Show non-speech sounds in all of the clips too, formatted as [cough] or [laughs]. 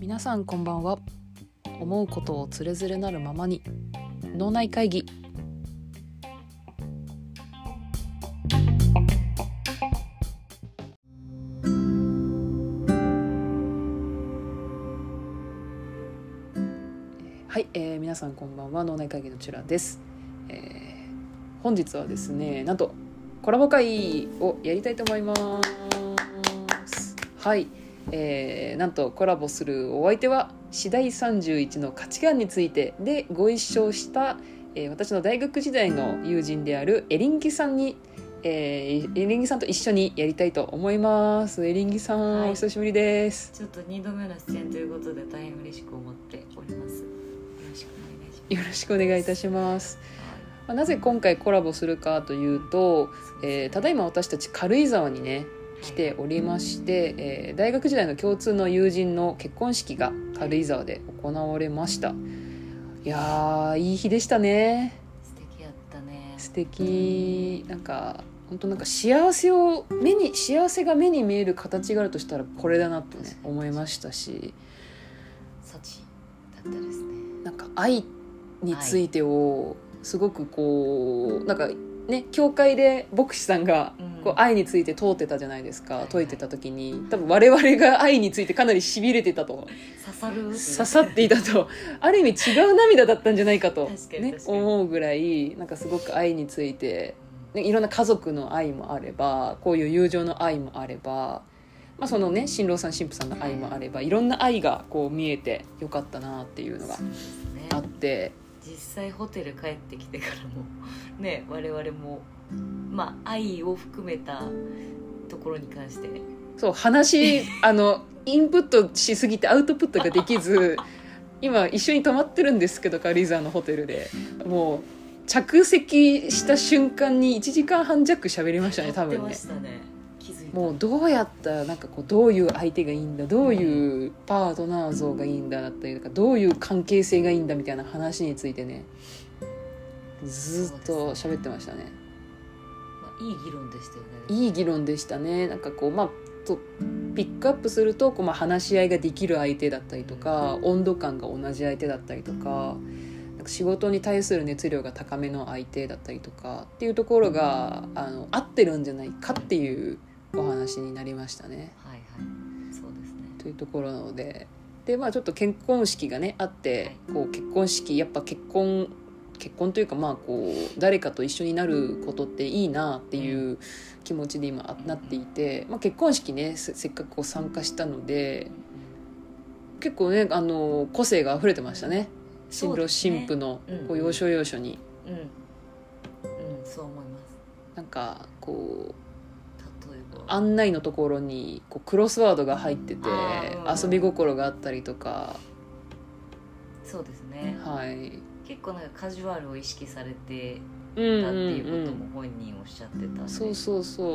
皆さんこんばんは思うことをつれづれなるままに脳内会議はい、えー、皆さんこんばんは脳内会議のチュラです、えー、本日はですねなんとコラボ会をやりたいと思いますはいえーなんとコラボするお相手は次第31の価値観についてでご一緒した、えー私の大学時代の友人であるエリンギさんに、えーエリンギさんと一緒にやりたいと思いますエリンギさん、はいお久しぶりですちょっと二度目の出演ということで大変嬉しく思っております。よろしくお願いしよろしくお願いいたしますまあなぜ今回コラボするかというと、ます。えーただいま私たち軽井沢にね来ておりまして、えー大学時代の共通の友人の結婚式が軽井沢で行われましたいやーいい日でしたね素敵やったね。素敵なんか本当なんか幸せを目に幸せが目に見える形があるとしたらこれだなとね思いましたしソチだったですね。なんか愛についてをすごくこうなんかね教会で牧師さんがうんこう愛について問うてたじゃないですはいかはい説いてた時に多分我々が愛についてかなりしびれてたと刺さる。刺さっていたと [laughs] ある意味違う涙だったんじゃないかと確かにね確かに思うぐらいなんかすごく愛についてうん。ねいろんな家族の愛もあればこういう友情の愛もあれば、まあ、そのね新郎さん新婦さんの愛もあればいろんな愛がこう見えてよかったなっていうのがそうですねあって実際ホテル帰ってきてからも [laughs] ね我々もまあ愛を含めたところに関してそう [laughs] 話あのインプットしすぎてアウトプットができ [laughs] ず今一緒に泊まってるんですけど軽井沢のホテルでもう着席した瞬間に1時間半弱喋りましたね多やって分まねし。たね。気づいた。もうどうやったらなんかこうどういう相手がいいんだどういうパートナー像がいいんだだったりとかどういう関係性がいいんだみたいな話についてねずーっと喋ってましたねまあいい議論でしたよね。いい議論でしたねなんかこうまあとピックアップするとこう、まあ、話し合いができる相手だったりとか温度感が同じ相手だったりとかなんか仕事に対する熱量が高めの相手だったりとかっていうところがあの合ってるんじゃないかっていうお話になりましたね。はいはい。そうですね。というところなのででまあちょっと結婚式がねあってこう結婚式やっぱ結婚結婚というかまあこう誰かと一緒になることっていいなっていう気持ちで今あなっていて、まあ、結婚式ねせせっかくこう参加したので結構ねあの個性が溢れてましたね新郎新婦のうんこう要所要所にうん、うん、そう思いますなんかこう例えば案内のところにこうクロスワードが入っててあー遊び心があったりとかそうですねはい。結構なんかカジュアルを意識されてうんたってうんいううことんも本人おっしゃってたんで、うんそうそうそう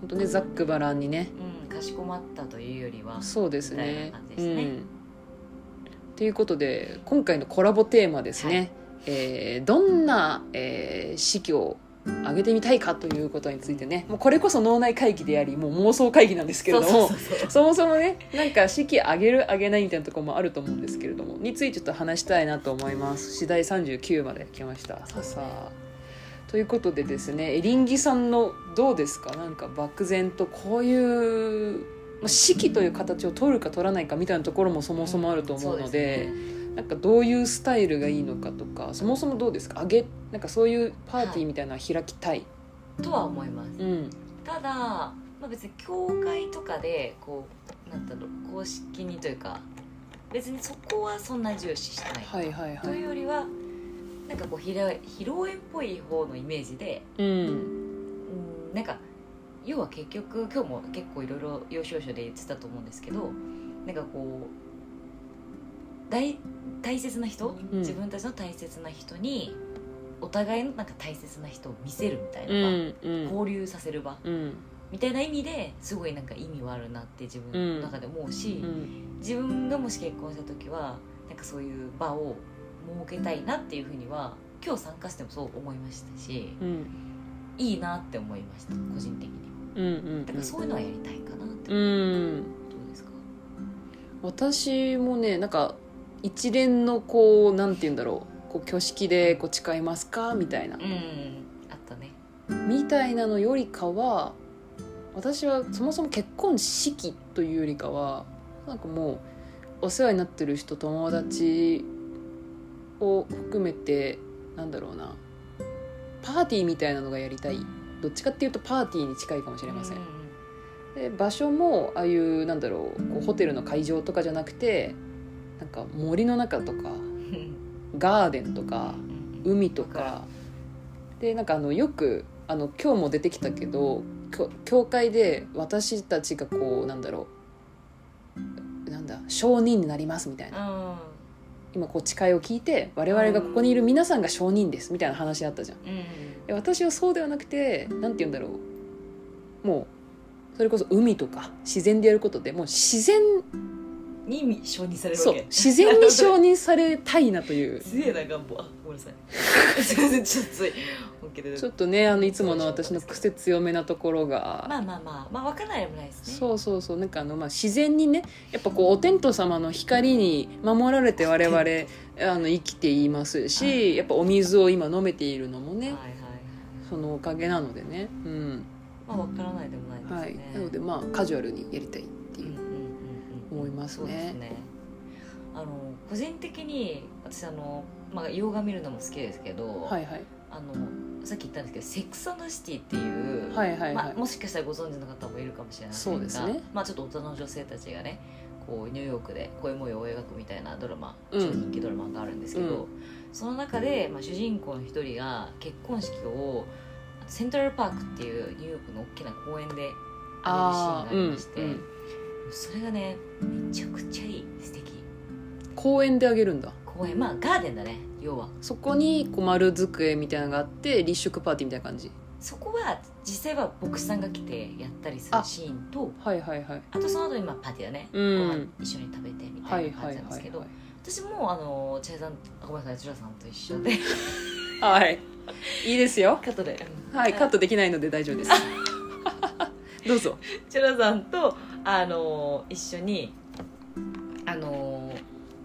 本当ねざっくばらんにねかしこまったというよりはそうですみたいねな感じでうすねんということで今回のコラボテーマですね、はいえーどんな、えー式を上げてみたいかということについてねもうこれこそ脳内会議でありもう妄想会議なんですけれどもそうそうそうそうそもそもねなんか式上げる上げないみたいなところもあると思うんですけれどもについてちょっと話したいなと思います次第39まで来ましたそさうですねさあということでですねエリンギさんのどうですかなんか漠然とこういう、まあ、式という形を取るか取らないかみたいなところもそもそもあると思うので,、そうすねなんかどういうスタイルがいいのかとかそもそもどうですか上げなんかそういうパーティーみたいなのは開きたい、とは思います、うんただ、まあ、別に教会とかでこうなんだろう公式にというか別にそこはそんな重視してない、はいはいはといいうよりはなんかこう披露披露宴っぽい方のイメージでうんうんなんか要は結局今日も結構いろいろ要所要所で言ってたと思うんですけどなんかこう大大切な人、うん自分たちの大切な人にお互いのなんか大切な人を見せるみたいうな場、んうん交流させる場うんみたいな意味ですごいなんか意味はあるなって自分の中で思うし、うん自分がもし結婚した時はなんかそういう場を設けたいなっていうふうには今日参加してもそう思いましたしうんいいなって思いました個人的にはうんうんだからそういうのはやりたいかなって、うん、うん、どうですか私もねなんか一連のこうなんて言うんだろうこう挙式でこう誓いますかみたいなうんあったねみたいなのよりかは私はそもそも結婚式というよりかはなんかもうお世話になってる人友達を含めてなんだろうなパーティーみたいなのがやりたいどっちかっていうとパーティーに近いかもしれませんうんで場所もああいうなんだろうこうホテルの会場とかじゃなくてなんか森の中とかうんガーデンとかうん海とかでなんかあのよくあの今日も出てきたけど教教会で私たちがこうなんだろうなんだ証人になりますみたいなうん今こう誓いを聞いて我々がここにいる皆さんが証人ですみたいな話だったじゃんうんで私はそうではなくてなんて言うんだろうもうそれこそ海とか自然でやることでもう自然に承認されるそわうけ自然に承認されたいなというすげえな願望あごめんなさいすいませんちょっとつい OK で [laughs] ちょっとねあのいつもの私の癖強めなところがまあまあまあまあ分からないでもないですねそうそうそうなんかあの、まあ、自然にねやっぱこうお天道様の光に守られて我々あの生きていますし、はいやっぱお水を今飲めているのもはいね、はいはいそのおかげなのでね、うんまあ分からないでもないですね、はい、なのでまあカジュアルにやりたいってうんいうう、んうんうん思いますねそうですねあの個人的に私あの、まあ、洋画見るのも好きですけど、はいはいあのさっき言ったんですけど「セックスシティ」っていう、はいはいはい、まあ、もしかしたらご存知の方もいるかもしれませんがそうですねまあ、ちょっと大人の女性たちがねこうニューヨークで恋模様を描くみたいなドラマ、うん超人気ドラマがあるんですけど、その中で、まあ、主人公の一人が結婚式をセントラルパークっていうニューヨークの大きな公園でああげるシーンーがありまして、うんうんそれがねめちゃくちゃいい素敵公園であげるんだ公園まあガーデンだね要はそこにこう丸机みたいなのがあって立食パーティーみたいな感じそこは実際は牧師さんが来てやったりするシーンとはいはいはいあとその後にまあパーティーだね、うんご飯一緒に食べてみたはいいな感はじいなんではすけいど、私もあの千さんあごめんなさい千さんと一緒で [laughs] はいはいいいですよカットではいカットできないので大丈 [laughs] 夫ですどうぞ千ラさんとあの一緒にあの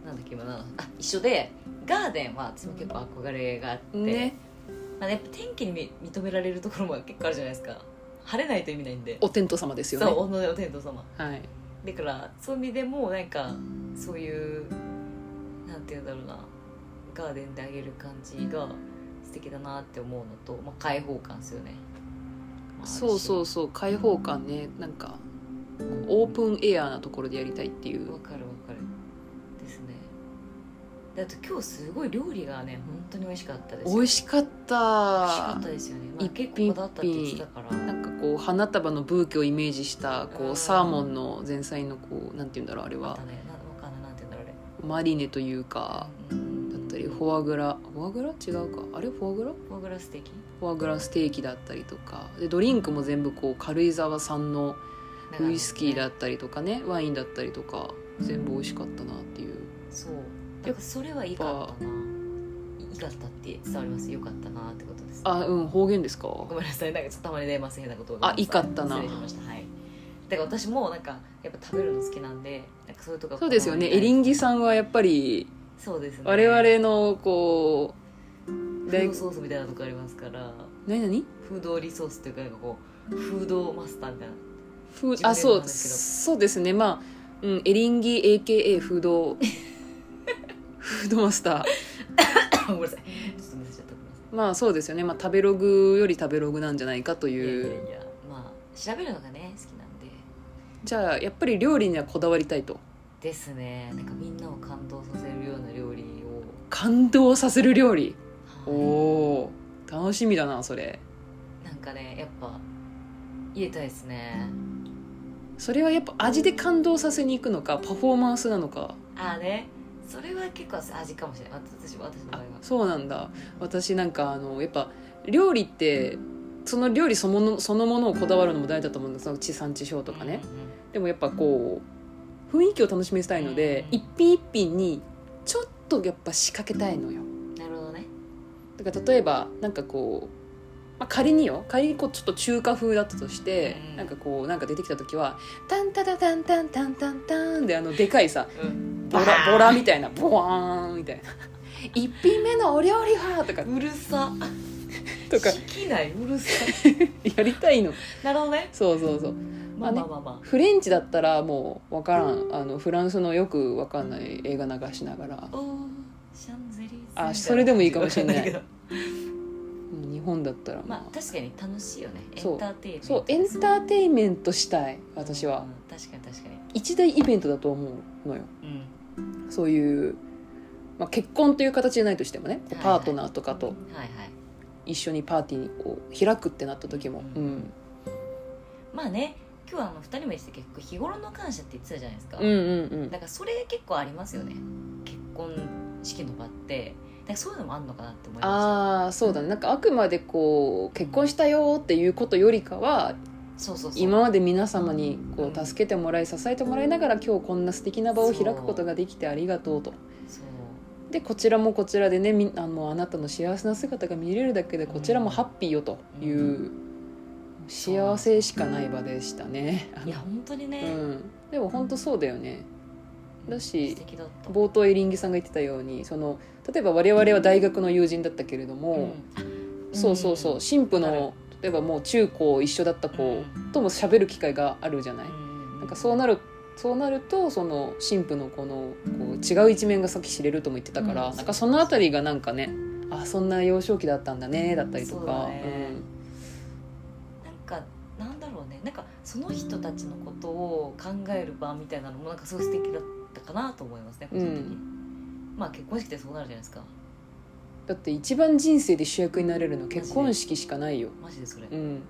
なんだっけ今なあ一緒でガーデンは私も結構憧れがあって、ねまあね、やっぱ天気にみ認められるところも結構あるじゃないですか晴れないと意味ないんでお天道様ですよねそうおのお天道様はい、だからそういう意味でもなんかそういうなんて言うんだろうなガーデンであげる感じが素敵だなって思うのと、まあ、開放感ですよね、まあそうそううそう開放感ねなんかこうオープンエアーなところでやりたいっていわうかるわかるですねであと今日すごい料理がね本当に美味しかったです美味ししかっかたったですよね、まあ、一品結構こだわったって言ってたからなんかこう花束のブーケをイメージしたうこんうサーモンの前菜のこうなんて言うんだろうあれまはたねなわかんないなんて言うんだろうマリネというあかれうんだったりフォアグラフォアグラ違うかあれフォアグラフォアグラステーキフォアグラステーキだったりとかでドリンクも全部こう軽井沢産のウイスキーだったりとかねワインだったりとか全部美味しかったなっていうそうだからそれはいいかったないいかったって伝わりますよかったなってことですあうん方言ですかごめんなさいなんかちょっとたまに出ます変なことをあいいかったな失礼しましたはいだから私もなんかやっぱ食べるの好きなんでなんかそういうとこそうですよねエリンギさんはやっぱりそうですね我々のこフードソースみたいなとこありますからう何何フードリソースというかなんかこうフードマスターみたいな [coughs] フ自分でーあそ言うのなうんですけどそうですねまあ、うん、エリンギ AKA フー [laughs] ドフードマスターごめんなさいちょっと見せちゃったごめんなさいまあそうですよね、まあ、食べログより食べログなんじゃないかといういやいやいやまあ調べるのがね好きなんでじゃあやっぱり料理にはこだわりたいとですねなんかみんなを感動させるような料理を感動させる料理おはいおー楽しみだなそれなんかねやっぱ言えたいですねそれはやっぱ味で感動させに行くのかパフォーマンスなのかああねそれは結構味かもしれない私私の場合あはそうなんだ私なんかあのやっぱ料理ってその料理そのものそのものをこだわるのも大事だと思うんですその地産地消とかね、うんうんうんでもやっぱこう雰囲気を楽しみたいので、うん一品一品にちょっとやっぱ仕掛けたいのよなるほどねだから例えばなんかこうまあ、仮によ仮にこうちょっと中華風だったとして、うんなんかこうなんか出てきた時は「タンタタタンタンタンタンタン」であのでかいさうんボバーランボラみたいなボワーンみたいな「一品目のお料理は」とかうるさ [laughs] とか聞きないうる [laughs] さやりたいのなるほどねそうそうそうまあままああまあまフレンチだったらもう分からんあのフランスのよく分かんない映画流しながらあ、おーシャンゼリーゼあそれでもいいかもしれないわかんけどうん日本だったら [laughs] ままああ確かに楽しいよねエそうンターテインメントそうエンターテインメントしたい私はうん確かに確かに一大イベントだと思うのようんそういう、まあ、結婚という形じゃないとしてもねこうはいはパいートナーとかとはいはい一緒にパーティーを開くってなった時も、う、うんまあね今日はあの2人も言ってたけど日頃の感謝って言ってたじゃないですか、うんうんだからそれ結構ありますよね結婚式の場ってだからそういうのもあんのかなって思いまああそうだねなんかあくまでこう結婚したよっていうことよりかはしたそうそうそう今まで皆様にこううん助けてもらい支えてもらいながら今日こんな素敵な場を開くことができてありがとうとそうでこちらもこちらでねみあのあなたの幸せな姿が見れるだけでこちらもハッピーよという、幸せしかない場でしたね。いや本当にうね、ん、でも本当そうだよねだし素敵だった冒頭エリンギさんが言ってたようにその例えば我々は大学の友人だったけれども、うんそうそうそう新婦の例えばもう中高一緒だった子とも喋る機会があるじゃない、なんかそうなるるそうなるとその神父のこのこう違う一面がさっき知れるとも言ってたから、うんなんかそのあたりがなんかねあそんな幼少期だったんだねだったりとそうかだねなんかなんだろうねなんかその人たちのことを考える場みたいなのもなんかすごい素敵だったかなと思いますね個人的に、うまあ結婚式ってそうなるじゃないですかうんだって一番人生で主役になれるの結婚式しかないよ、マジでそれ、うん、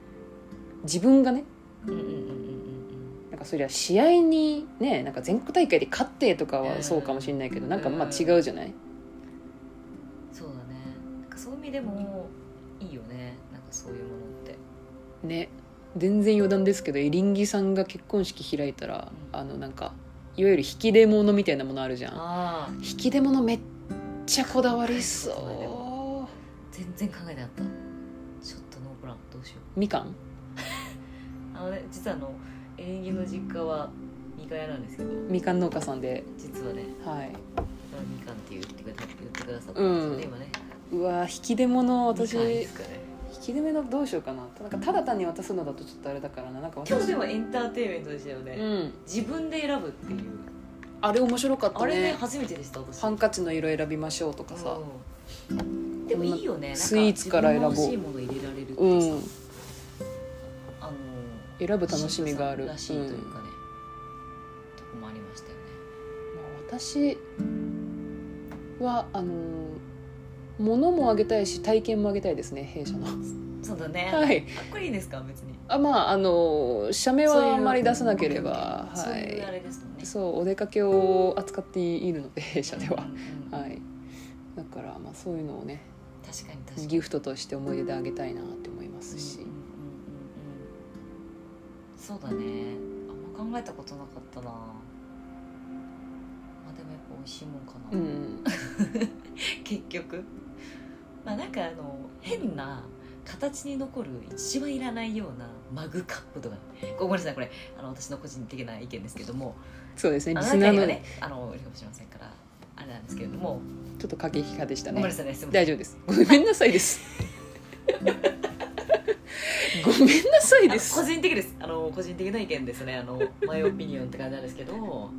自分がねうんうんうんうんうんなんかそりゃ試合にねなんか全国大会で勝ってとかうはんそうかもしれないけど、なんかまあうん違うじゃない、うんそうだねなんかそういう意味でもいいよねなんかそういうものってね全然余談ですけどエリンギさんが結婚式開いたら、うんあのなんかいわゆる引き出物みたいなものあるじゃんああ引き出物めっちゃこだわりそ全然考えてなかったちょっとノープランどうしようみかんうあのね実はあのエリンギの実家はみかん屋なんですけどみかん農家さんで実はねはいみかんって言ってくださ言ってくださったんですようんね、今ねうわ引き出物私みかんいいで引すかねき出物どうしようかななんかただ単に渡すのだとちょっとあれだからななんか今日私でもエンターテインメントでしたよね、うん自分で選ぶっていうあれ面白かったあれねね初めてでした私ハンカチの色選びましょうとかさうんでもいいよねなんかスイーツから選ぼう自分の欲しいもの入れられるってさ、うんあの選ぶ楽しみがあるらしいといううんかね、とこもありましたよねまあ私はあのー物もあげたいし体験もあげたいですね弊社のそうだね、はいあこれいいですか別にあまああのー社名そういうはあんまり出さなければそうはいうあいれですもんねそうお出かけを扱っているので [laughs] 弊社ではうんうんうんはいだからまあそういうのをね確かに確かにギフトとして思い出であげたいなって思いますしうんうんうんうんそうだねあんま考えたことなかったなまあでもやっぱ美味しいもんかうな、ん結局まあなんかあの変な形に残る一番いらないようなマグカップとかごめんなさいこれあの私の個人的な意見ですけどもそうですねあリのス中ナーにはのねあのいるかもしれませんからあれなんですけれどもちょっと駆け引き派でしたごめんなねさいねすいません大丈夫ですごめんなさいです [laughs] ごめんなさいあでのす個人的ですあの個人的な意見ですねあの [laughs] マイオピニオンって感じなんですけどマ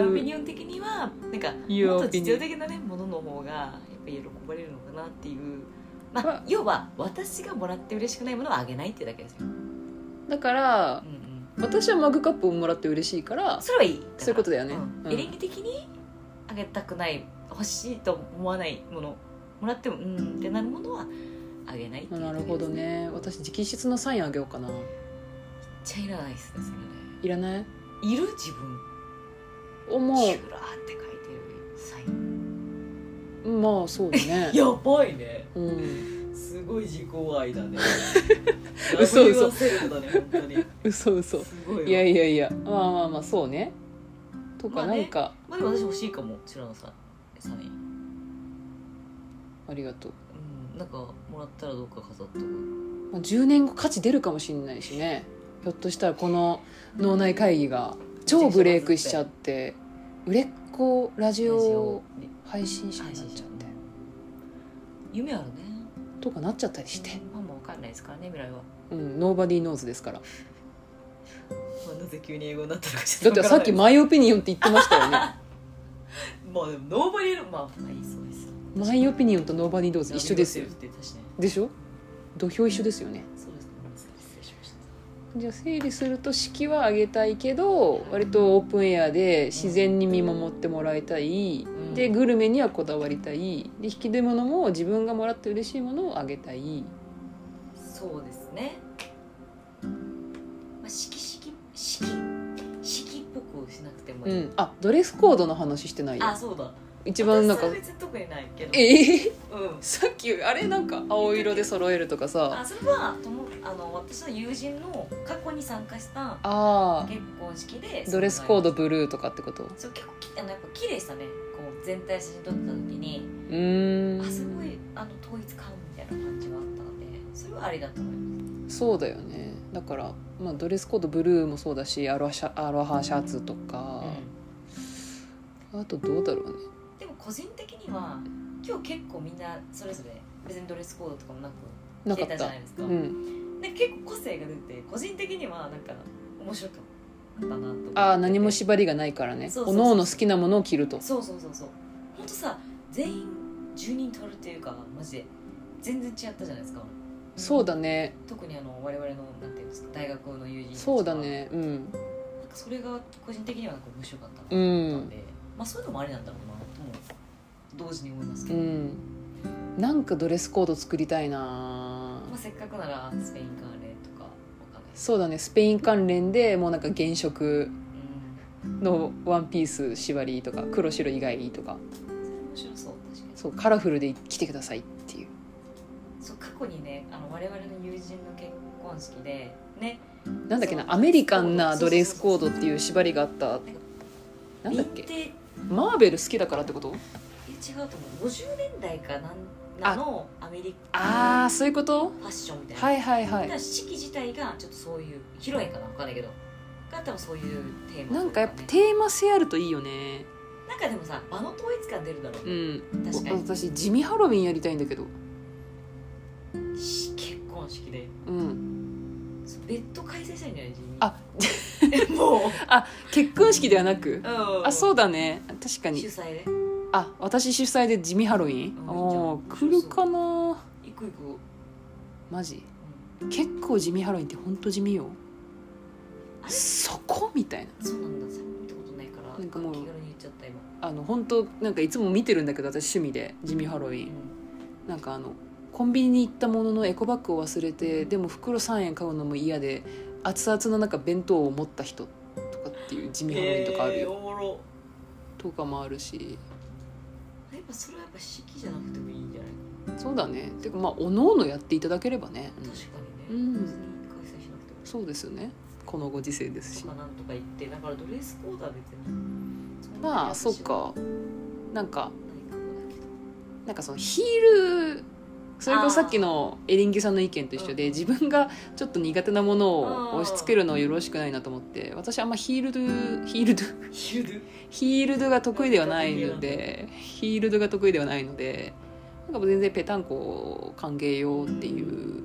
イオピニオン的にはなんか Your もっと実用的なねものの方がやっぱ喜ばれるのかなっていうままああ要は私がもらって嬉しくないものはあげないっていうだけですよ、うんだからうん、私はマグカップをもらって嬉しいからそれはいいだからそういうことだよねんうんエリンギ的にあげたくない欲しいと思わないものもらってもうんってなるものはあげないっていうなるほどめっね私直筆のサインあげようかなちゃいらないですねそれねいらないいる自分思キュラーって書いてるサインうまあそうだねやばいねうんすごい自己愛だね [laughs] 嘘嘘ラブユアセルフだね本当に嘘嘘すごいわいやいやいやまあまあまあそうねとかまあなねんか、まあでも私欲しいかもチュラのさサインありがとううんなんかもらったらどっか飾っとくまあ10年後価値出るかもしれないしねひょっとしたらこの脳内会議が超ブレイクしちゃって売れっ子ラジオ配信者になっちゃって夢あるねとかなっちゃったりして、まあまあわかんないですからね未来はうん、ノーバディーノーズですからまあなぜ急に英語になったのかちだっょってとさっきまマイオピニオンって言ってましたよね [laughs] まあでもノーバリーまあまあいいそうですマイオピニオンとノーバディーノーズ一緒ですよナビゲーションって言ったしねでしょ土俵一緒ですよねそうですね失礼しましたじゃあ整理すると式は上げたいけど割とオープンエアで自然に見守ってもらいたい、うんでグルメにはこだわりたいで引き出物も自分がもらって嬉しいものをあげたいそうですねまあ式式式式っぽくしなくてもういい、ん、あドレスコードの話してないよあそうだ一番なんか私は別に特にないけどえ [laughs] えうんさっきあれなんか青色で揃えるとかさあそれはともあの私の友人の過去に参加したあ結婚式であドレスコードドブルーとかってことうそう結構きあのやっぱ綺麗でしたねこう全体写真撮った時にーんあすごいあの統一感みたいな感じがあったのでそれはありだと思いまそうだよねだから、まあ、ドレスコードブルーもそうだしアロハシャアロハシャツとかす、、あとどうだろうねでも個人的には今日結構みんなそれぞれ別にドレスコードとかもなくな着かてったじゃないですかうん、で結構個性が出て個人的にはなんか面白かったなと思ってああ何も縛りがないからねそうおそうそうのおの好きなものを着るとそうそうそうそうほんとさ全員10人取るっていうかマジで全然違ったじゃないですかそうだね特にあの我々のなんていうんですか大学の友人たちはそうだねうんなんかそれが個人的にはなんか面白かったなとう思ったんんで、まあそういうのもありなんだろうなとも同時に思いますけうど、んなんかドレスコード作りたいなまあ、せっかくならスペインカーレーとかわかんないですそうだねスペイン関連でもうなんか原色うんのワンピース縛りとか黒白以外とかそれ面白そう確かにそうカラフルで着てくださいっていうそう過去にねあの我々の友人の結婚式でねなんだっけなそうアメリカンなドレスコードっていう縛りがあったなんだっヴィンけテーマーベル好きだからってことえ違うと思う50年代かなんなのアメリカああそういうことファッションみたいな、はいはいはだかいら式自体がちょっとそういう披露宴かな分かんないけどが多分そういうテーマというねなんかやっぱテーマ性あるといいよねなんかでもさ場の統一感出るだろうう、ん確か私地味ハロウィンやりたいんだけどにし結婚式でうんそうベッド開催したいんじゃない自分あ [laughs] もう、結婚式ではなくうんあそうだね確か主に催であ私主催で地味ハロウィンうんああいい来じゃんるかな行く行く、うんマジ結構地味ハロウィンってほんと地味よあれそこみたいなそうなんださ見たことないからなんかもう気軽に言っちゃった今、あの本当なんかいつも見てるんだけど私趣味で地味ハロウィンなんかあのコンビニに行ったもののエコバッグを忘れてでも袋3円買うのも嫌で熱々の中弁当を持った人とかっていう地味ハロウィンとかあるえーよ、おもろとかもあるしやっぱそれはやっぱ式じゃなくてもいいんじゃないそうだねてかまあおのおのやっていただければね、うん確かうにね、ん別に開催しなくてもそうですよねこのご時世ですしまあなんとか言ってだからドレスコードは別にそんなにまあ私はそうかなんかないかもだけどなんかそのヒールそれこそさっきのエリンギさんの意見と一緒でうん自分がちょっと苦手なものを押し付けるのはよろしくないなと思って私あんまヒールドゥヒールドゥヒルヒールドが得意ではないのでヒールドが得意ではないのでなんか全然ペタンコを歓迎ようっていう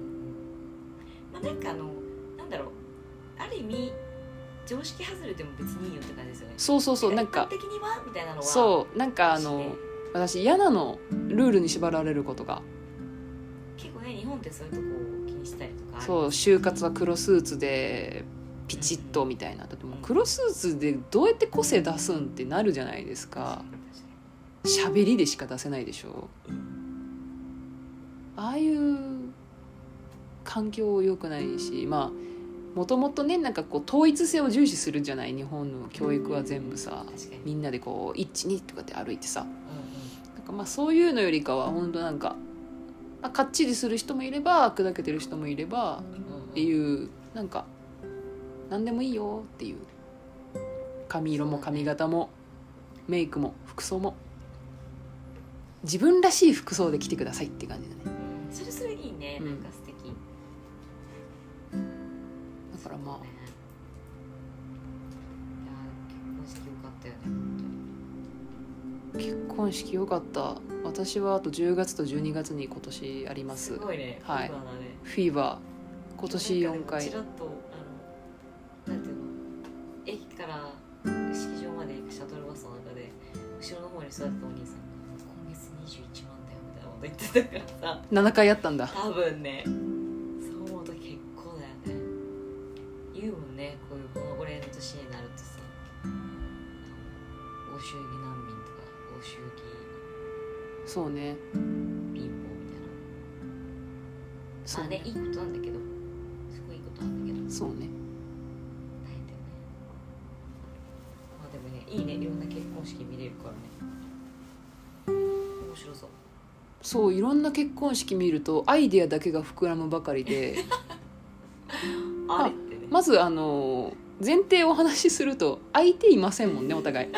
[laughs] まあなんかあのなんだろうある意味常識外れても別にいいよって感じですよねそうそうそうなんか一般的にはみたいなのはうそうなんかあの私嫌なのルールに縛られることが結構ね日本ってそういうとこを気にしたりとかそう就活は黒スーツでピチッとみたいなだってもう黒スーツでどうやって個性出すんってなるじゃないですか喋りでしか出せないでしょああいう環境良くないしまあもともとねなんかこう統一性を重視するじゃない日本の教育は全部さ確かに、みんなでこう12とかって歩いてさうんうんなんかまあそういうのよりかは本当なんか、まあ、かっちりする人もいれば砕けてる人もいればうんうん、っていうなんか何でもいいよっていう髪色も髪型もメイクも服装も自分らしい服装で着てくださいって感じだねうんそれそれいいね、うんなんか素敵からまねいやー結婚式よかったよねあ本結婚式良かった私はあと10月と12月に今年あり当まにすすごいねはいフィーバーだねフィーバー今年4なんかでも回ちらっとあのなんていうの駅から式場まで行くシャトルバスの中で後ろの方に座ってたお兄さんが「今月21万だよ」みたいなこと言ってたからさ7回やったんだ多分ねそう思うと結構だよね言うもんねこういうこのぐらいの年になるとさあの欧州儀難民とか欧州そうね儀貧乏みたいなそまうあねねいいことなんだけどすごいいいことなんだけどそうね大変だよねまあでもねいいねいろんな結婚式見れるからね面白そうそういろんな結婚式見るとアイディアだけが膨らむばかりであれってね、まずあの前提をお話しすると相手いませんもんねお互い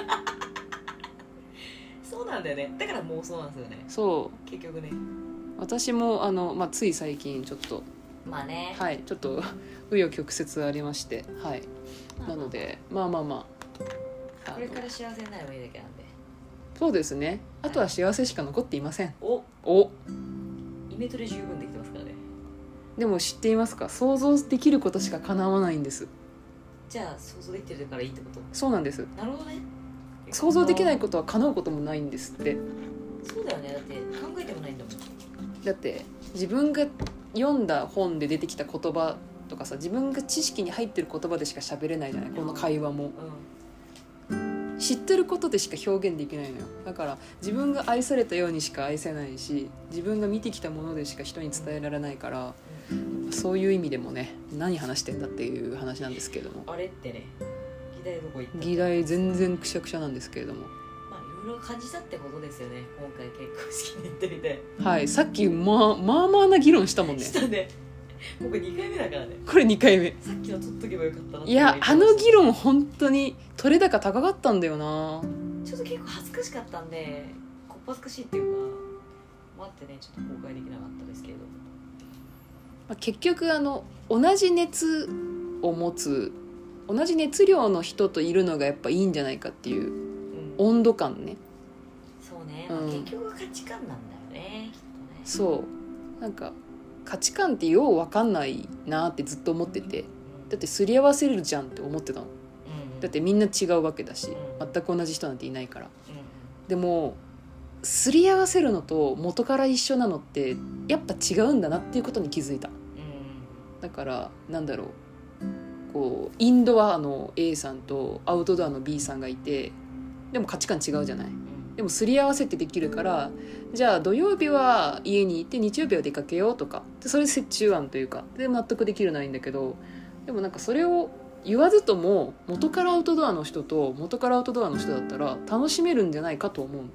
そうなんだよねだから妄想なんですよねそ結局ねう私もあの、まあ、つい最近ちょっとまあねはいちょっと紆余曲折ありましてはいまあまなあのでまあまあまああのこれから幸せになればいいだけなんでそうですねあとは幸せしか残っていませんおおイメトレ十分できてますからねでも知っていますか想像できることしか叶わないんですじゃあ想像できてるからいいってことそうなんですなるほどね想像できないこことは叶うこともないんですってそうだよねだって考えてもないんだもんだって自分が読んだ本で出てきた言葉とかさ自分が知識に入ってる言葉でしか喋れないじゃないこの会話も知ってることでしか表現できないのよだから自分が愛されたようにしか愛せないし自分が見てきたものでしか人に伝えられないからそういう意味でもね何話してんだっていう話なんですけれどもうんあれってね議題どこ行った議題全然くしゃくしゃなんですけれどもまあいろいろ感じたってことですよね今回結婚式に行ってみてはいさっきまあまあまあな議論したもんねしたねここ2回目だからねこれ2回目さっきの取っとけばよかったなっていや思あまのした議論本当に取れ高高かったんだよなちょっと結構恥ずかしかったんでこっぱずかしいっていうか待ってねちょっと公開できなかったですけれどもまあ結局あの同じ熱を持つ同じ熱量の人といるのがやっぱいいんじゃないかっていううん温度感ねそうね、うんまあ結局価値観なんだよねきっとねそうなんか価値観ってよう分かんないなってずっと思っててうんだってすり合わせれるじゃんって思ってたのうんだってみんな違うわけだしうん全く同じ人なんていないからうんうんでもすり合わせるのと元から一緒なのってやっぱ違うんだなっていうことに気づいたうんだからなんだろうこうインドアの A さんとアウトドアの B さんがいてでも価値観違うじゃないうんでもすり合わせてできるからじゃあ土曜日は家にいて日曜日は出かけようとかでそれ折衷案というかで納得できるのはいいんだけどでもなんかそれを言わずとも元からアウトドアの人と元からアウトドアの人だったら楽しめるんじゃないかと思ううんうん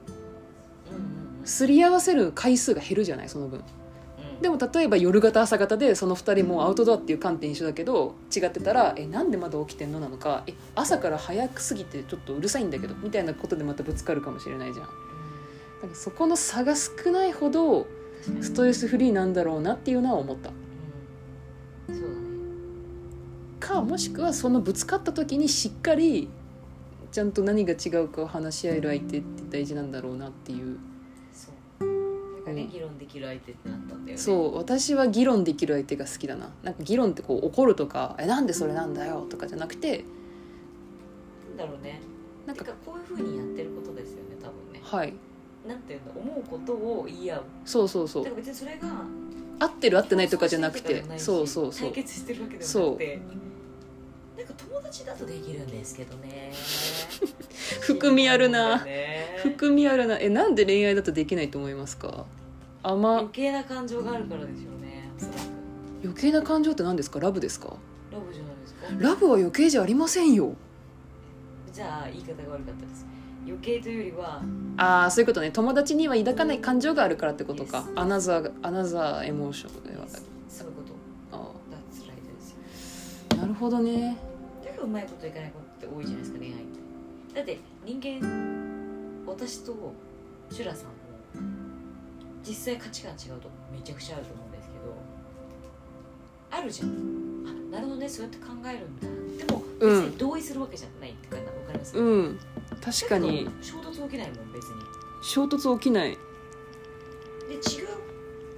すり合わせる回数が減るじゃないその分うんでも例えば夜型朝型でその2人もアウトドアっていう観点一緒だけど違ってたら「えなんでまだ起きてんの?」なのか「え朝から早くすぎてちょっとうるさいんだけど」みたいなことでまたぶつかるかもしれないじゃんだからそこの差が少ないほどうん確かにストレスフリーなんだろうなっていうのは思ったうんそうだねかもしくはそのぶつかった時にしっかりちゃんと何が違うかを話し合える相手って大事なんだろうなっていうそうなんかね、うん議論できる相手ってなったんだよねそう私は議論できる相手が好きだななんか議論ってこう怒るとか「えなんでそれなんだよ」とかじゃなくてなんだろうねなんてかかこういうふうにやってることですよね多分ねはいなんていうんだ思うことを言い合うそうそうそうでも別にそれが合ってる合ってないとかじゃなくて競争してるとかでもないしそうそうそう対決してるわけでもなくてなんか友達だとできるんですけどね含みあるな含含みあるなえなんで恋愛だとできないと思いますか甘余計な感情があるからでしょうねおそらく余計な感情って何ですかラブですかラブじゃないですかラブは余計じゃありませんよじゃあ言い方が悪かったです余計というよりはああそういうことね友達には抱かない感情があるからってことか Yes アナザーアナザーエモーションではそういうことあが辛いですよーなるほどねだからうまいこといかないことって多いじゃないですか恋愛ってだって人間私とシュラさんも実際価値観違うとめちゃくちゃあると思うんですけどあるじゃんあなるほどねそうやって考えるんだでも別うんに同意するわけじゃないっていうか分かります、うん確かにだけど衝突起きないもん別に衝突起きないで違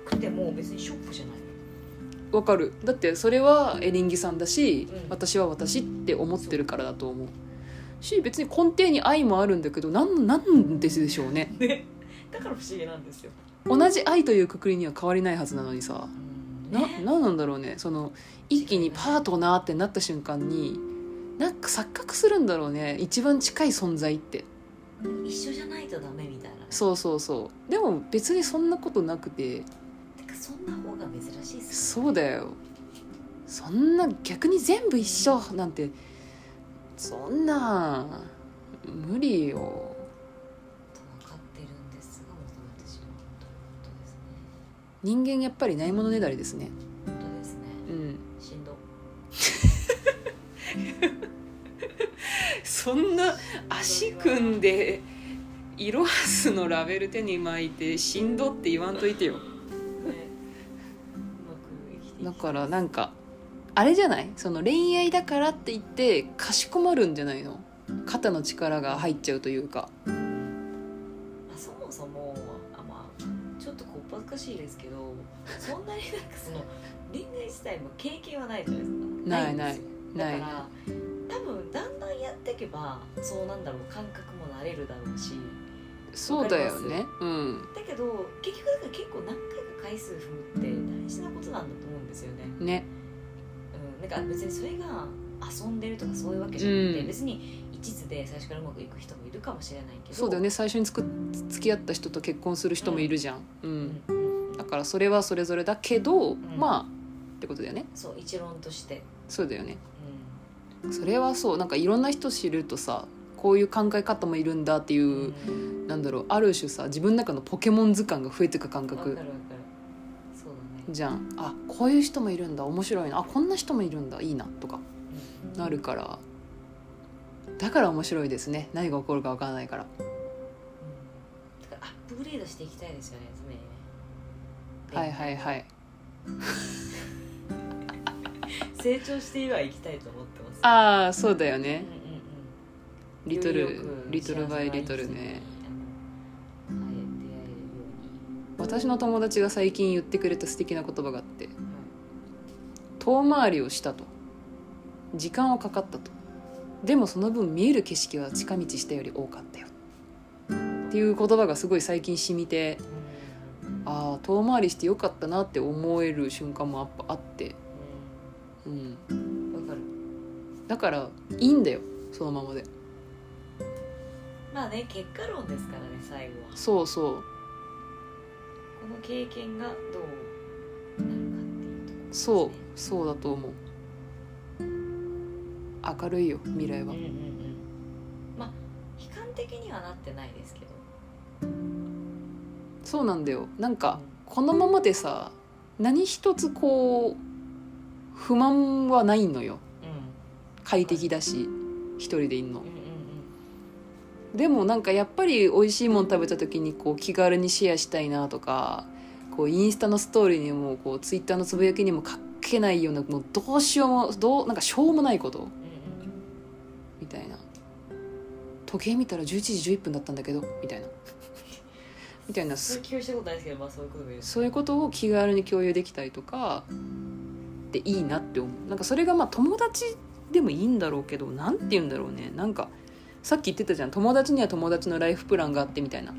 くても別にショックじゃないわかるだってそれはエリンギさんだし、うん私は私って思ってるからだと思うし別に根底に愛もあるんだけどなんなんですでしょうね [laughs] ねだから不思議なんですよ、同じ愛というくくりには変わりないはずなのにさなねなんなんだろうねその一気にパートナーってなった瞬間になんか錯覚するんだろうね一番近い存在って一緒じゃないとダメみたいなそうそうそうでも別にそんなことなくててかそんな方が珍しいっすそうだよそんな逆に全部一緒なんてそんな無理よと分かってるんですが求めてしまうということですね人間やっぱりないものねだりですね本当ですねうんし [laughs] んどそんな足組んで色はすのラベル手に巻いてしんどって言わんといてよねうまく生きていだきからなんかあれじゃないその恋愛だからって言ってかしこまるんじゃないの肩の力が入っちゃうというかまあ、そもそもあまあちょっとこっぱずかしいですけどそんなになんかその恋愛自体も経験はないじゃないですかないんですよないだから多分だんだんやっていけばそうなんだろう感覚も慣れるだろうしそうだよねうんだけど結局だから結構何回か回数踏むって大事なことなんだと思うんですよね、ねうん、なんか別にそれが遊んでるとかそういうわけじゃなくて、うん別に一途で最初からうまくいく人もいるかもしれないけどそうだよね最初につく付き合った人と結婚する人もいるじゃん、ううんん、うんだからそれはそれぞれだけど、んまあってことだよねそう一論として、そうだよねうん、それはそうなんかいろんな人知るとさこういう考え方もいるんだっていうう、なんだろうある種さ自分の中のポケモン図鑑が増えてく感わかるわ覚かるそうだねじゃんあこういう人もいるんだ面白いなあこんな人もいるんだいいなとかなるからだから面白いですね何が起こるかわからないからうんだからアップグレードしていきたいですよね常にねはいはいはい成長してはいきたいと思ってますああそうだようんねうんうんリトよりよルくリトルバイリトル幸せなね人にあのはい出会私の友達が最近言ってくれた素敵な言葉があってえるように遠回りをしたと時間はかかったとでもその分見える景色は近道したより多かったよっていう言葉がすごい最近染みてああ遠回りしてよかったなって思える瞬間もやっぱあって、うん、はいうんわかるだからいいんだよそのままでまあね結果論ですからね最後はそうそうこの経験がどうなるかっていうところですねそうそうだと思う明るいよ未来はうんうんうんまあ悲観的にはなってないですけどそうなんだよなんかこのままでさ何一つこう不満はないのよう快適だし一人でいんのんうんうんでもなんかやっぱり美味しいもん食べた時にこう気軽にシェアしたいなとかこうインスタのストーリーにもこうツイッターのつぶやきにも書けないようなもうどうしようもどうなんかしょうもないことうんうんみたいな時計見たら11時11分だったんだけどみたいなみたいなそすれ共有したことないですけどまあそういうことも言うそういうことを気軽に共有できたりとかでいいなって思うなんかそれがまあ友達でもいいんだろうけどなんて言うんだろうねなんかさっき言ってたじゃん友達には友達のライフプランがあってみたいなも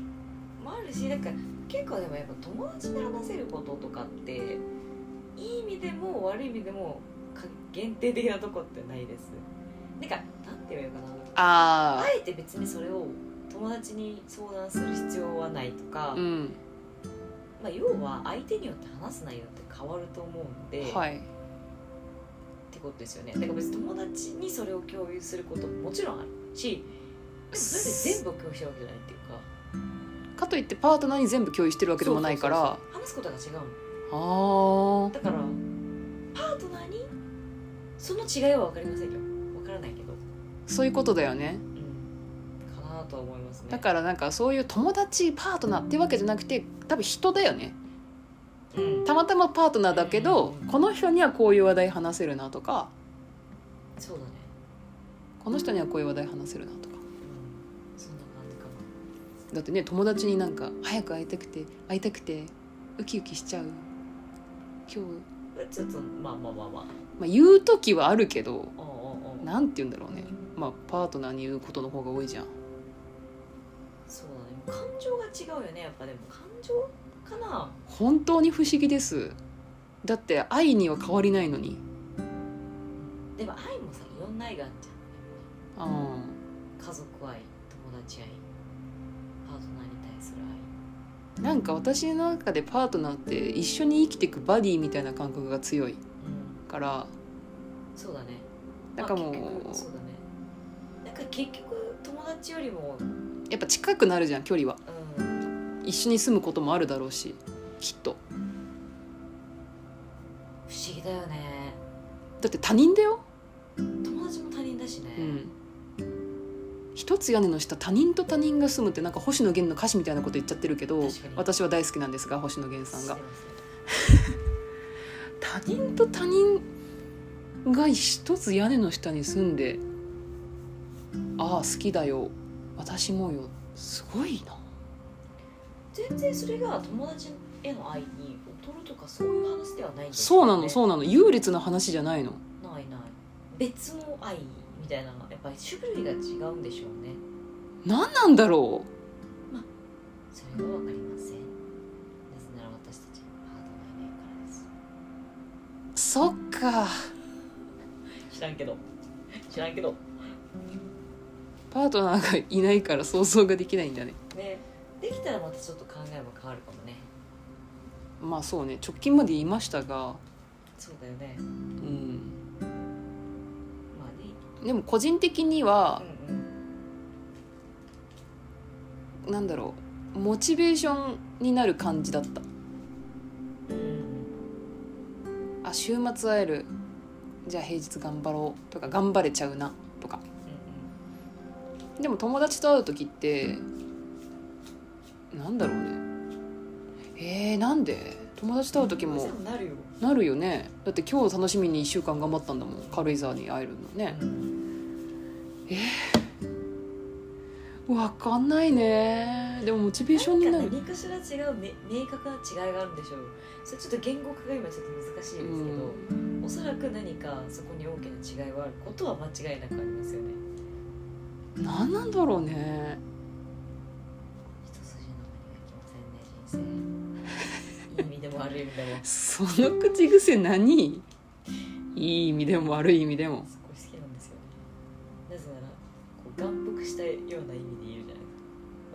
あるしだから結構でもやっぱ友達に話せることとかっていい意味でも悪い意味でもか限定的なとこってないですなんかなんて言えばいいのかなああえて別にそれを友達に相談する必要はないとか、あうんまあ、要は相手によって話す内容って変わると思うんで、はいってことですよねだから別に友達にそれを共有することももちろんあるしでもそれで全部を共有してるわけじゃないっていうかかといってパートナーに全部共有してるわけでもないからそうそうそう話すことが違うのあだからパートナーにその違いは分かりませんよ分からないけど、あそういうことだよねうん、かなとは思いますねだからなんかそういう友達パートナーってわけじゃなくて多分人だよねうんたまたまパートナーだけどうんこの人にはこういう話題話せるなとかそうだねこの人にはこういう話題話せるなとかうんそんな感じかなだってね友達になんか「早く会いたくて会いたくてウキウキしちゃう今日、ちょっとまあまあまあまあまあ、言う時はあるけどおうおうおうなんて言うんだろうねまあパートナーに言うことの方が多いじゃんそうだね感情が違うよねやっぱでも感情かな本当に不思議ですだって愛には変わりないのにでも愛もさいろんな愛があるじゃんあ家族愛友達愛パートナーに対するーなんか私の中でパートナーって一緒に生きていくバディみたいな感覚が強い愛うんからそうだねなんかもうまあ結局そうだねなんか結局友達よりもうんやっぱ近くなるじゃん距離は一緒に住むこともあるだろうしきっと不思議だよねだって他人だよ、友達も他人だしね、うん、一つ屋根の下他人と他人が住むってなんか星野源の歌詞みたいなこと言っちゃってるけど確かに私は大好きなんですが星野源さんがすいません他人と他人が一つ屋根の下に住んで「ああ好きだよ私もよ」すごいな全然それが友達への愛に劣るとかそういう話ではないんですそうなのうそうなの優劣の話じゃないのないない別の愛みたいなのがやっぱり種類が違うんでしょうね何なんだろうそれは分かりませんなぜなら私たちにはハートがいないからですそっか知らんけど知らんけどパートナーがいないから想像ができないんだねねできたらまたちょっと考えも変わるかもねまあそうね直近まで言いましたがそうだよねうんまあねでも個人的にはうんうんなんだろうモチベーションになる感じだったうんあ週末会えるじゃあ平日頑張ろうとか頑張れちゃうなとかでも友達と会う時ってなんだろうねえー、なんで友達と会う時うんもそうなるよ、なるよねだって今日楽しみに1週間頑張ったんだもん軽井沢に会えるのねわかんないねでもモチベーションにななんかる何かしら違うめ明確な違いがあるんでしょうそれちょっと言語化が今ちょっと難しいですけうど、んおそらく何かそこに大きな違いはあることは間違いなくありますよね何なんだろうね一筋の何がいきませんね人生いい意味でも悪い意味でもその口癖何いい意味でも悪い意味でもすごい好きなんですよねなぜならこう眼福したような意味で言えるじゃないですか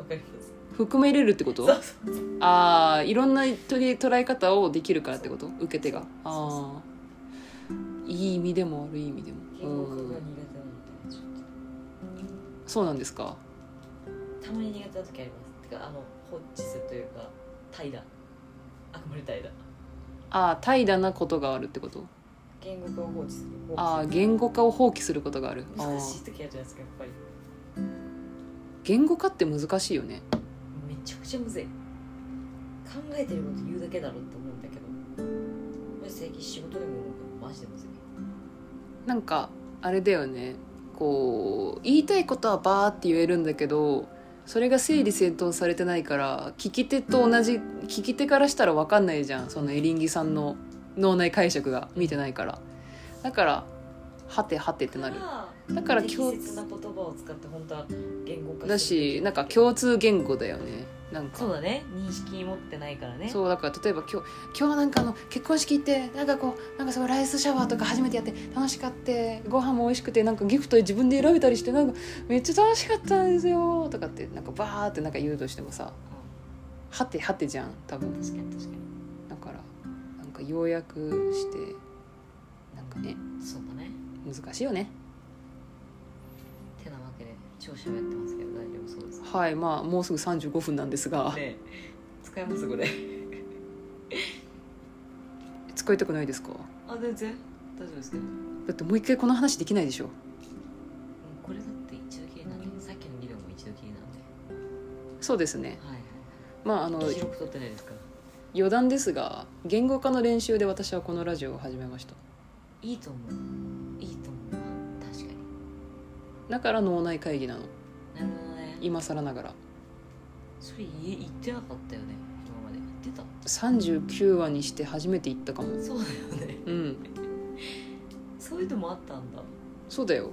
わかります含め入れるってことそうそうそうああいろんな取り捉え方をできるからってこと受け手がそうそうああいい意味でも悪い意味でも言語化が苦手うんなのでちょっそうなんですかとたまに苦手な時ありますてかあのホッチスというか怠惰あくまで怠惰ああ怠惰なことがあるってこと言語化を放置する放ああ置する言語化を放棄することがあるあ難しーい時あるじゃないですかやっぱり言語化って難しいよねめちゃくちゃむずい考えてること言うだけだろって思うんだけど俺最近仕事でも思うけどマジでむずいなんかあれだよねこう言いたいことはバーって言えるんだけどそれが整理整頓されてないから聞き手と同じ聞き手からしたら分かんないじゃんそのエリンギさんの脳内解釈が見てないからだからはてはてってなるだから適共切な言葉を使って本当は言語化だしなんか共通言語だよねなんそうかだね認識持ってないからねそうだから例えば今日今日なんかあの結婚式行ってなんかこうなんかすごいライスシャワーとか初めてやって楽しかってご飯も美味しくてなんかギフト自分で選べたりしてなんかめっちゃ楽しかったんですよとかってなんかバーってなんか言うとしてもさはてはてじゃん多うん分確かに確かだからなんか要約してなんかねにそうだね難しいよねてなわけで超喋ってますけど大丈夫そうですねはいまあもうすぐ35分なんですがえ使えますこれ使いたくないですかあ全然大丈夫ですけどうんだってもう一回この話できないでしょこれだって一度きりなんでさっきの議論も一度きりなんでそうですねはいまああの記録取ってないですから余談ですが言語化の練習で私はこのラジオを始めましたいいと思ういいと思うわ確かにだから脳内会議なのなるほどね今更ながらそれ言え言ってなかったよね今まで言ってた39話にして初めて行ったかもそうだよねうんそういうのもあったんだそうだよ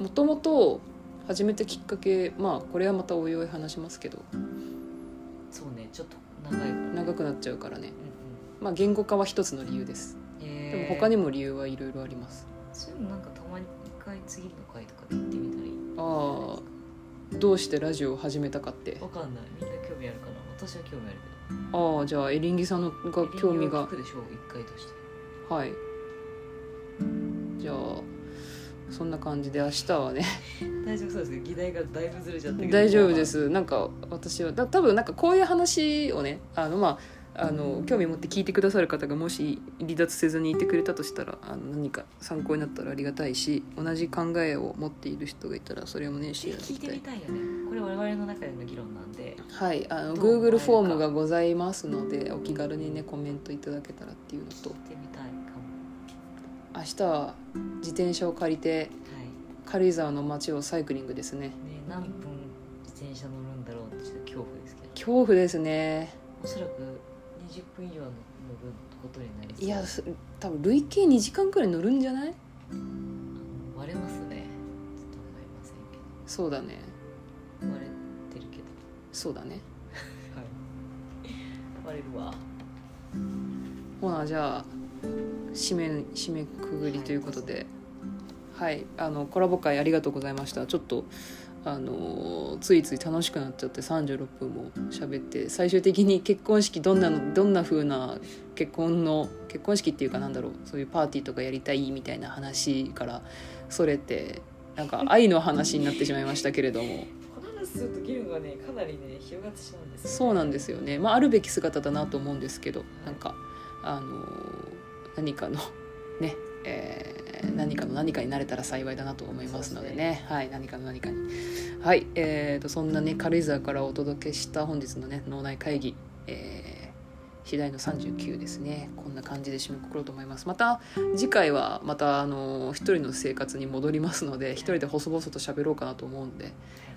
もともと始めたきっかけまあこれはまたおいおい話しますけどそうねちょっと長いからうんうん長くなっちゃうからねまあ言語化は一つの理由ですでもえー他にも理由はいろいろありますそういうのなんかたまに一回次の回とかで言ってみたらいいああどうしてラジオを始めたかってわかんないみんな興味あるかな私は興味あるけどああじゃあエリンギさんのが興味理由をが聞くでしょう一回としてはいじゃあそんな感じで明日はね大丈夫そうですけど議題がだいぶずれちゃったけど大丈夫ですなんか私はだ多分なんかこういう話をねあのまああの興味持って聞いてくださる方がもし離脱せずにいてくれたとしたらあの何か参考になったらありがたいし同じ考えを持っている人がいたらそれもねシェぜアひ聞しいてたみいたいよねこれ我々の中での議論なんではいあのどう思われる Google かフォームがございますのでお気軽にねコメントいただけたらっていうの聞といてみたいかも明日は自転車を借りてはい軽井沢の街をサイクリングですねね何分自転車乗るんだろうってちょっと恐怖ですけど恐怖ですねおそらく20分以上の分ことになりそういやす多分累計2時間くらい乗るんじゃないあの割れますねちょっと思いませんけそうだねど割れてるけどそうだねはい [laughs] 割れるわほなじゃあ締め締めくぐりということではい、あのコラボ会ありがとうございましたちょっとあのーついつい楽しくなっちゃって36分も喋って最終的に結婚式どんなのどんな風な結婚の結婚式っていうかなんだろうそういうパーティーとかやりたいみたいな話からそれてなんか愛の話になってしまいましたけれどもこの話すると議論がねかなりね広がってしまうんですよそうなんですよね、まあ、あるべき姿だなと思うんですけどなんか、あのー何かのね、えー何かの何かになれたら幸いだなと思いますのでそうでねはい、何かの何かに。はい、えー、とそんなね軽井沢からお届けした本日のね脳内会議、えー、次第の39ですねこんな感じで締めくくろうと思いますまた次回はまたあのー一人の生活に戻りますので一人で細々と喋ろうかなと思うんで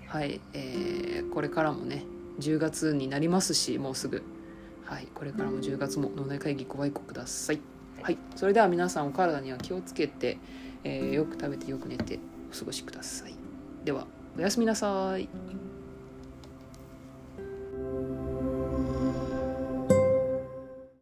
はい、えーこれからもね10月になりますしもうすぐはいこれからも10月も脳内会議ご愛顧くださいはいそれでは皆さんお体には気をつけて、えーよく食べてよく寝てお過ごしくださいではおやすみなさいうん